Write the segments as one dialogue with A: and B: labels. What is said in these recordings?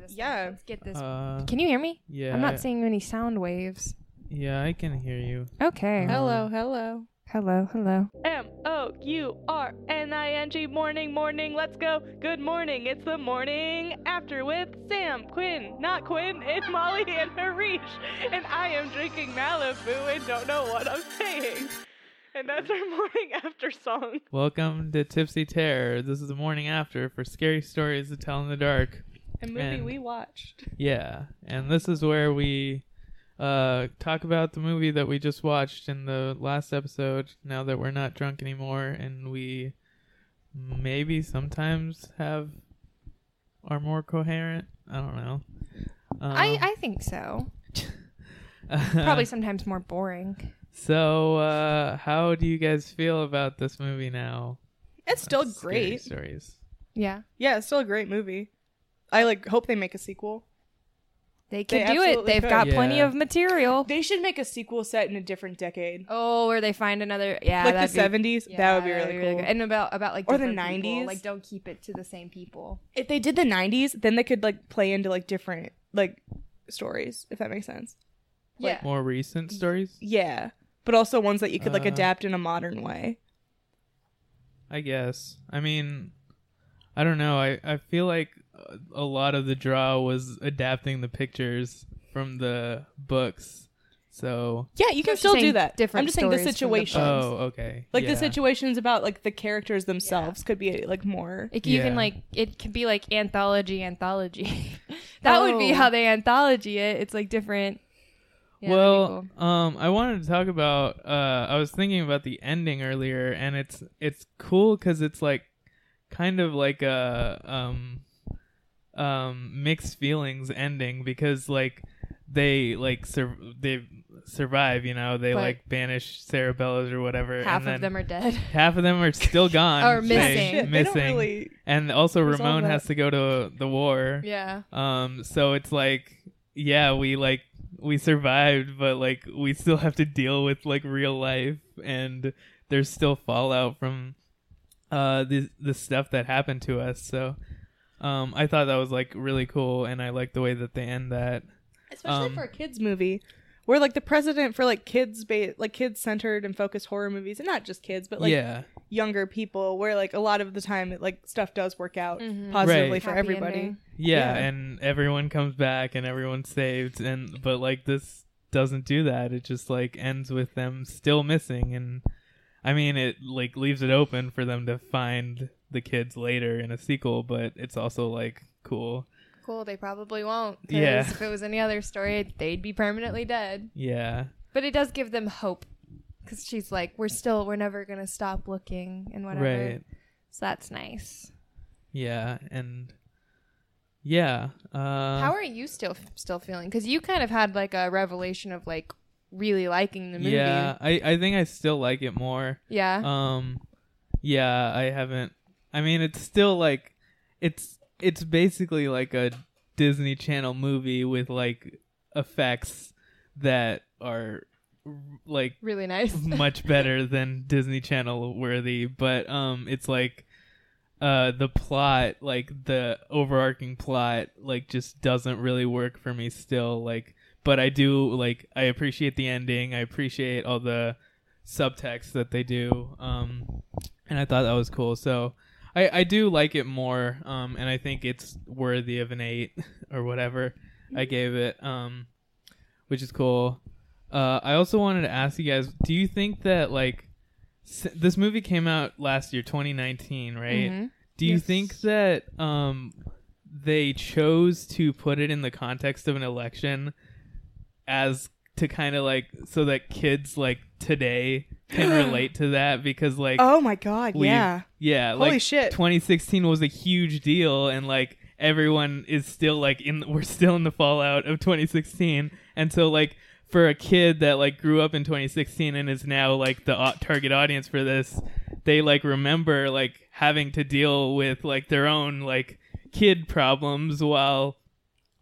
A: let's
B: Yeah.
A: let's get this.
C: Uh,
A: Can you hear me?
C: yeah.
A: I'm
C: I-
A: not seeing any sound waves.
C: Yeah, I can hear you.
A: Okay.
C: Oh.
B: Hello,
C: Uh-huh.
B: hello.
A: Hello, hello.
B: Um, M O U R N I N G. Morning, morning. Let's go. Good morning. It's the morning after with Sam, Quinn, not Quinn, it's Molly and Harish. And I am drinking Malibu and don't know what I'm saying. And that's our morning after song.
C: Welcome to Tipsy Terror. This is the morning after for scary stories to tell in the dark.
B: A movie
C: Man.
B: we watched.
C: Yeah, and this is where we uh, talk about the movie that we just watched in the last episode. Now that we're not drunk anymore, and we maybe sometimes have are more coherent. I don't know.
A: I, I think so.
C: I
A: Probably sometimes more boring.
C: Um, so. Uh, how do you guys feel about this movie now?
B: It's still
C: Scary
B: great.
C: stories.
A: Yeah.
B: Yeah, it's still a great movie. I like hope they make a sequel.
A: They can do it.
B: absolutely
A: They've
B: could.
A: got plenty
C: Yeah.
A: of material.
B: They should make a sequel set in a different decade.
A: Oh, or they find another yeah,
B: like the
A: that'd be-
B: seventies.
A: yeah,
B: that would be
A: that'd
B: really, cool.
A: good. And about about like
B: Or the
A: different people,
B: 90s.
A: Like don't keep it to the same people.
B: if they did the 90s then they could like play into like different like stories if that makes sense
A: Yeah.
C: More recent stories,
B: yeah but also ones that you could like
C: Uh.
B: adapt in a modern way
C: I guess. I mean, I don't know. I I feel like uh, a lot of the draw was adapting the pictures from the books. So,
B: yeah you can
A: just
B: still do
A: saying
B: that
A: different
B: i'm just saying the
A: stories from the
B: situations
C: oh, okay.
B: like
C: Yeah.
B: the situations about like the characters themselves could be like more
A: Like you
C: Yeah.
A: can like it could be like anthology anthology. that would be
B: Oh.
A: how they anthology it. It's like different. Yeah, that'd be
C: well,
A: cool.
C: um, I wanted to talk about. Uh, I was thinking about the ending earlier, and it's it's cool because it's like kind of like a um um mixed feelings ending because like they like sur- they survive, you know, they
A: But-
C: like banish Cerebellas or whatever.
A: half
C: and then
A: of them are dead.
C: half of them are still gone,
A: Are
C: They-
A: missing. Shit,
B: they
C: missing,
B: don't really
C: and also
B: resolve
C: Ramon
B: that.
C: has to go to the war.
A: yeah.
C: Um, so it's like, yeah, we like we survived, but like we still have to deal with like real life, and there's still fallout from uh the the stuff that happened to us. So, um, I thought that was like really cool, and I like the way that they end that.
B: especially
C: um,
B: for a kids movie where like the president for like kids ba- like kids centered and focused horror movies and not just kids but like
C: yeah,
B: younger people where like a lot of the time it, like stuff does work out positively
C: Right.
B: for
A: Happy
B: everybody
A: ending.
B: yeah.
C: yeah, and everyone comes back, and everyone's saved, and but like this doesn't do that. It just like ends with them still missing and. I mean, it like leaves it open for them to find the kids later in a sequel, but it's also like cool.
A: Cool. They probably won't. 'cause
C: Yeah.
A: If it was any other story, they'd be permanently dead.
C: Yeah,
A: But it does give them hope because she's like, we're still, we're never gonna stop looking and whatever.
C: right.
A: So that's nice.
C: Yeah, and yeah. Uh,
A: How are you still still feeling? Because you kind of had like a revelation of like really liking the movie.
C: yeah, I I think I still like it more.
A: Yeah.
C: Um, yeah, I haven't. I mean, it's still like it's it's basically like a Disney Channel movie with like effects that are like
A: really nice.
C: much better than Disney Channel worthy, but um it's like uh the plot, like the overarching plot like just doesn't really work for me still like but I do like I appreciate the ending. I appreciate all the subtext that they do. Um and I thought that was cool. So I I do like it more um and I think it's worthy of an 8 or whatever I gave it um which is cool. Uh, I also wanted to ask you guys: Do you think that like s- this movie came out last year, 2019, right?
B: Mm-hmm.
A: Mhm.
C: Do you
A: Yes.
C: think that um, they chose to put it in the context of an election as to kind of like so that kids like today can relate to that because like
B: oh my god
C: we've-
B: yeah
C: yeah
B: Holy
C: like
B: shit.
C: 2016 was a huge deal and like everyone is still like in we're still in the fallout of 2016 and so like for a kid that like grew up in 2016 and is now like the au- target audience for this they like remember like having to deal with like their own like kid problems while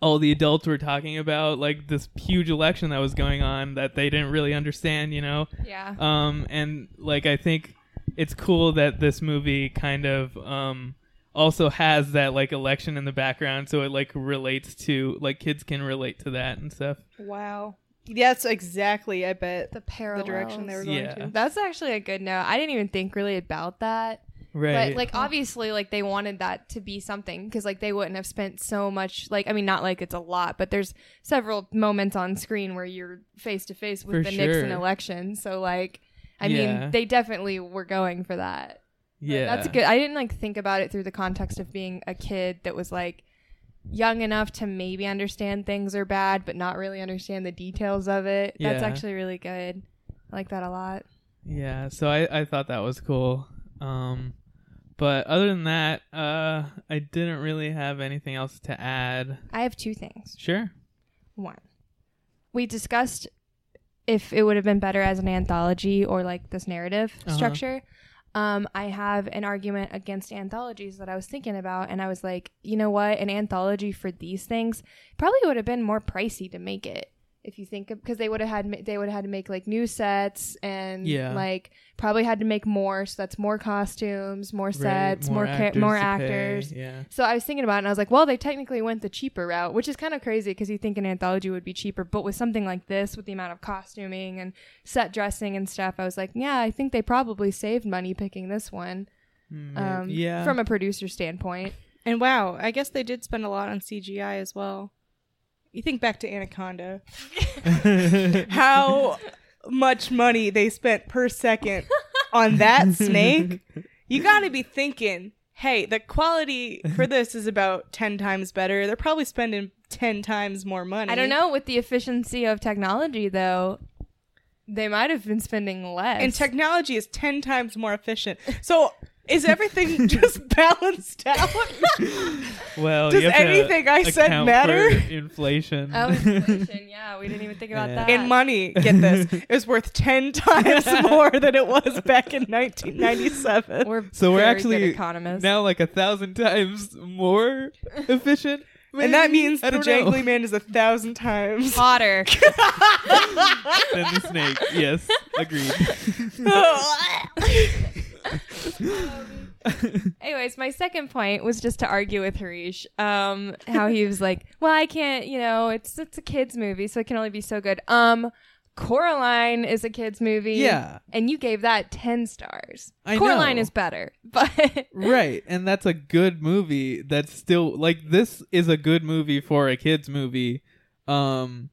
C: all the adults were talking about like this huge election that was going on that they didn't really understand you know
A: Yeah.
C: um and like i think it's cool that this movie kind of um also has that like election in the background, so it like relates to like kids can relate to that and stuff.
B: Wow. That's exactly. I bet
A: the parallels.
B: the direction they were going
C: Yeah.
B: to.
A: That's actually a good note. I didn't even think really about that.
C: Right.
A: But like obviously like they wanted that to be something because like they wouldn't have spent so much like I mean not like it's a lot but there's several moments on screen where you're face to face with
C: For
A: the Nixon
C: sure.
A: election so like I
C: Yeah.
A: mean they definitely were going for that.
C: yeah.
A: That's good. I didn't like think about it through the context of being a kid that was like young enough to maybe understand things are bad but not really understand the details of it. That's
C: Yeah.
A: actually really good. I like that a lot.
C: Yeah, so I, I thought that was cool. Um, but other than that, uh, I didn't really have anything else to add.
A: I have two things.
C: Sure.
A: one. We discussed if it would have been better as an anthology or like this narrative
C: Uh-huh.
A: structure. Um, I have an argument against anthologies that I was thinking about, and I was like, you know what? An anthology for these things probably would have been more pricey to make it if you think because they would have had they would have had to make like new sets and
C: Yeah.
A: like probably had to make more, so that's more costumes, more sets, more more,
C: actors
A: more
C: to pay,
A: actors.
C: Yeah.
A: So I was thinking about it and I was like, well, they technically went the cheaper route, which is kind of crazy because you think an anthology would be cheaper. But with something like this, with the amount of costuming and set dressing and stuff, I was like, yeah, I think they probably saved money picking this one
C: Mm,
A: um,
C: yeah.
A: from a producer standpoint.
B: And wow, I guess they did spend a lot on CGI as well. You think back to Anaconda, how much money they spent per second on that snake. You got to be thinking, hey, the quality for this is about 10 times better. They're probably spending 10 times more money.
A: I don't know, with the efficiency of technology, though, they might have been spending less.
B: And technology is 10 times more efficient. So is everything just balanced out?
C: well,
B: Does
C: you have to
B: anything I said
C: account
B: matter?
C: for Inflation.
A: Oh, inflation. yeah, we didn't even think about
C: Yeah.
A: that.
B: in money, get this, is worth 10 times more than it was back in 1997.
A: we're
C: so we're
A: very
C: actually
A: good economists.
C: now like a thousand times more efficient.
B: And that
C: maybe?
B: means
C: I
B: the
C: don't know.
B: jangly man is a thousand times.
A: Hotter.
C: than the snake. Yes, agreed.
A: Anyways, my second point was just to argue with Harish, um, how he was like, "Well, I can't, you know, it's it's a kids movie, so it can only be so good." Um, Coraline is a kids movie,
C: Yeah.
A: and you gave that ten stars.
C: I
A: Coraline
C: know.
A: is better, but
C: right and that's a good movie that's still like this is a good movie for a kids movie um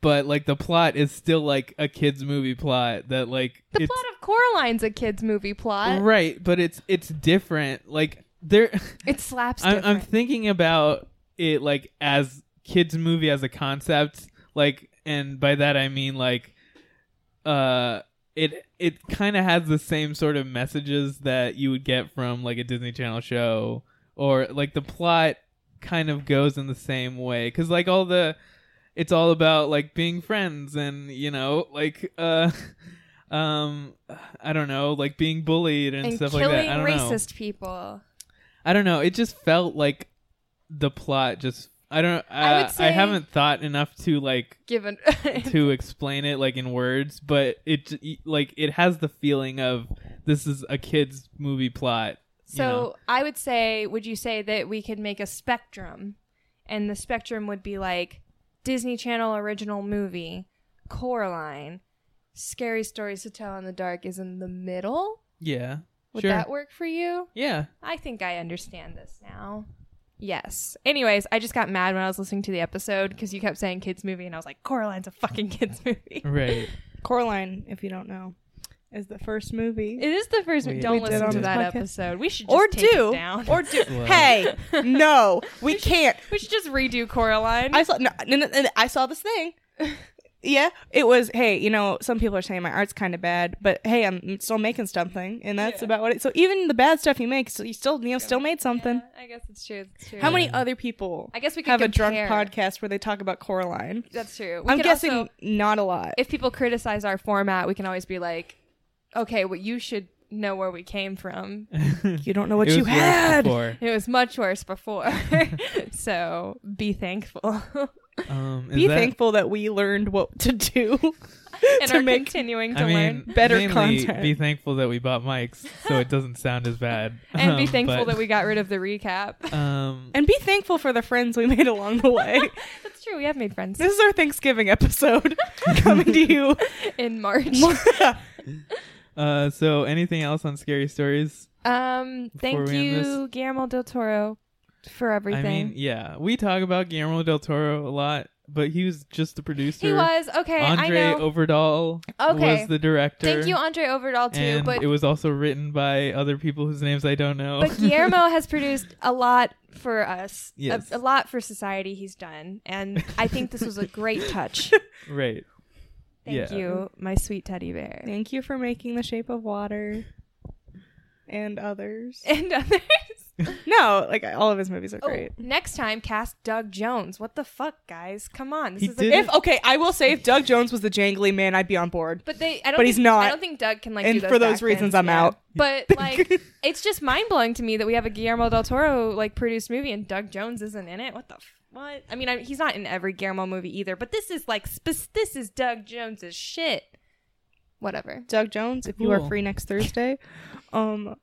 C: but like the plot is still like a kids movie plot that like
A: the
C: it's
A: plot of Coraline's a kids movie plot.
C: right but it's it's different like there
A: It slaps.
C: I'm,
A: Different.
C: I'm thinking about it like as kids movie as a concept like and by that i mean like uh it it kind of has the same sort of messages that you would get from like a disney channel show or like the plot kind of goes in the same way because like all the it's all about like being friends and you know like uh um i don't know like being bullied and,
A: and
C: stuff like
A: killing
C: that i don't know
A: racist people.
C: I don't know. It just felt like the plot just. I don't. Uh,
A: I
C: I,
A: would say-
C: haven't thought enough to like
A: Given
C: to explain it like in words, but it j- like it has the feeling of this is a kids movie plot. you
A: So
C: know?
A: I would say, would you say that we could make a spectrum, and the spectrum would be like Disney Channel original movie, Coraline, Scary Stories to Tell in the Dark is in the middle.
C: yeah,
A: Would
C: sure,
A: that work for you?
C: yeah.
A: I think I understand this now. Yes. Anyways, I just got mad when I was listening to the episode because you kept saying kids movie, and I was like, Coraline's a fucking kids movie.
C: Right.
B: Coraline, if you don't know, is the first movie.
A: It is the first.
C: We-
A: don't
B: we did
A: listen
B: on
A: to
B: this
A: that
B: podcast.
A: episode. We should just
B: or
A: take it
B: do,
A: down.
B: or do.
C: Well.
B: Hey, no, we can't.
A: we should just redo Coraline.
B: I saw. No, no, no, no, I saw this thing. Yeah, it was. Hey, you know, some people are saying my art's kind of bad, but hey, I'm still making something, and that's about what. it So even the bad stuff you make, so you still, you know, still made something.
A: Yeah, I guess it's true. It's true.
B: How many other people
A: I guess we could
B: have a
A: compare.
B: drunk podcast where they talk about Coraline?
A: That's true. We
B: I'm
A: could
B: guessing
A: also-
B: not a lot.
A: if people criticize our format, we can always be like, okay, what you should know where we came from.
B: You don't know what
C: It
B: you
C: was worse
B: had.
C: before.
A: It was much worse before. so be thankful.
C: Um, is
B: Be
C: that-
B: thankful that we learned what to do.
A: and
B: To
A: are
B: make-
A: continuing to
C: I
A: learn.
C: mean,
B: better
C: mainly
B: content.
C: Be thankful that we bought mics so it doesn't sound as bad.
A: and be
C: Um,
A: thankful
C: but,
A: that we got rid of the recap.
C: Um,
B: and be thankful for the friends we made along the way.
A: That's true. We have made friends
B: this is our Thanksgiving episode coming to you.
A: in March.
C: uh, so anything else on scary stories?
A: Um,
C: Before
A: thank
C: we end
A: you, Guillermo del Toro, for everything.
C: I mean, yeah, we talk about Guillermo del Toro a lot, but he was just the producer.
A: he was okay. I
C: Andre
A: know.
C: Overdahl
A: Okay.
C: was the director.
A: Thank you, Andre Overdahl, too.
C: and
A: but
C: it was also written by other people whose names I don't
B: Oh.
C: know.
A: but Guillermo has produced a lot for us, a-
C: Yes.
A: a, lot for society. He's done, and I think this was a great touch.
C: right.
A: Thank
C: Yeah.
A: you, my sweet teddy bear,
B: Thank you for making The Shape of Water and others.
A: and others.
B: No, like all of his movies are great.
A: Oh, next time, cast Doug Jones. What the fuck, guys? Come on, this
C: He
A: is
C: did
A: a
B: If okay, I will say if Doug Jones was the jangly man, I'd be on board.
A: But they, I don't.
B: But
A: think,
B: he's not.
A: I don't think Doug can like.
B: And
A: do those
B: for those
A: back
B: reasons,
A: bends,
B: I'm out.
A: But like, it's just mind blowing to me that we have a Guillermo del Toro like produced movie and Doug Jones isn't in it. What the f- what? I mean, I, he's not in every Guillermo movie either. But this is like, spec- this is Doug Jones's shit. Whatever.
B: Doug Jones, if you are
C: Cool.
B: free next Thursday, um,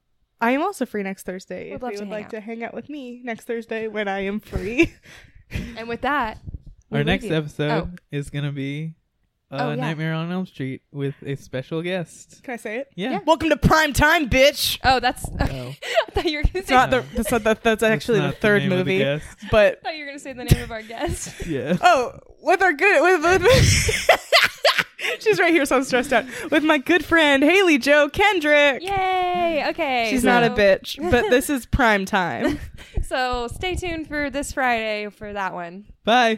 B: I am also free next Thursday.
A: We'd
B: if
A: love
B: you
A: to
B: would
A: hang
B: like
A: out.
B: to hang out with me next Thursday when I am free.
A: And with that, we
C: Our
A: leave
C: next
A: you.
C: episode
A: Oh.
C: is gonna be uh,
A: Oh, yeah.
C: Nightmare on Elm Street with a special guest.
B: Can I say it?
C: Yeah.
A: Yeah.
B: Welcome to prime time, bitch.
A: Oh, that's.
C: Oh.
A: I thought you were gonna
B: It's
A: say.
B: not the that's, not, that, that's actually
C: That's
B: the
C: not
B: third
C: name of the
B: movie,
C: guest.
B: but
A: I thought you were gonna say the name of our guest.
C: Yeah.
B: oh, with our good with. with She's right here, so I'm stressed out. With my good friend Haley Joe Kendrick.
A: Yay! Okay.
B: She's not a
A: so-
B: bitch, but this is prime time.
A: So stay tuned for this Friday for that one.
C: Bye.